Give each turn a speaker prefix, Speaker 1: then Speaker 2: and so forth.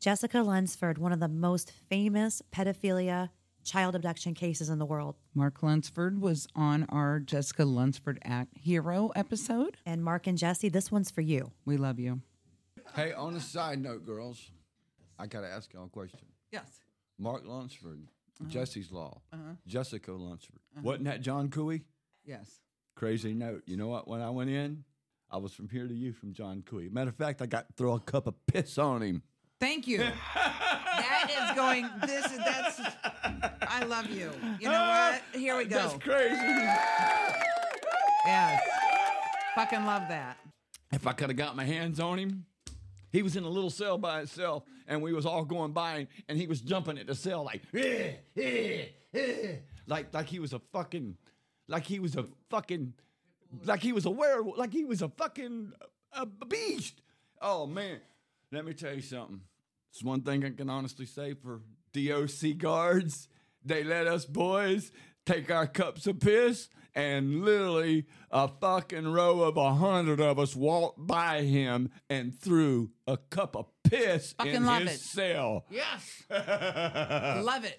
Speaker 1: Jessica Lunsford, one of the most famous pedophilia child abduction cases in the world.
Speaker 2: Mark Lunsford was on our Jessica Lunsford Act Hero episode.
Speaker 1: And Mark and Jesse, this one's for you.
Speaker 2: We love you.
Speaker 3: Hey, on a side note, girls, I gotta ask y'all a question.
Speaker 2: Yes.
Speaker 3: Mark Lunsford,
Speaker 2: Uh-huh.
Speaker 3: Jesse's Law, Jessica Lunsford. Wasn't that John Cooey?
Speaker 2: Yes.
Speaker 3: Crazy note. You know what? When I went in, I was from here to you from John Cooey. Matter of fact, I got to throw a cup of piss on him.
Speaker 2: Thank you. that is going. This is that's. I love you. You know what? Here we
Speaker 3: That's
Speaker 2: go.
Speaker 3: crazy.
Speaker 2: Yes. Fucking love that.
Speaker 3: if I could have got my hands on him, he was in a little cell by himself, and we was all going by, and, and he was jumping at the cell like, eh, eh, eh," like like he was a fucking, like he was a fucking, like he was a werewolf, like he was a fucking a beast. Oh man, let me tell you something. It's one thing I can honestly say for DOC guards. They let us boys take our cups of piss, and literally a fucking row of a hundred of us walked by him and threw a cup of piss
Speaker 2: Fucking
Speaker 3: in
Speaker 2: love
Speaker 3: his
Speaker 2: it.
Speaker 3: cell.
Speaker 2: Yes. love it.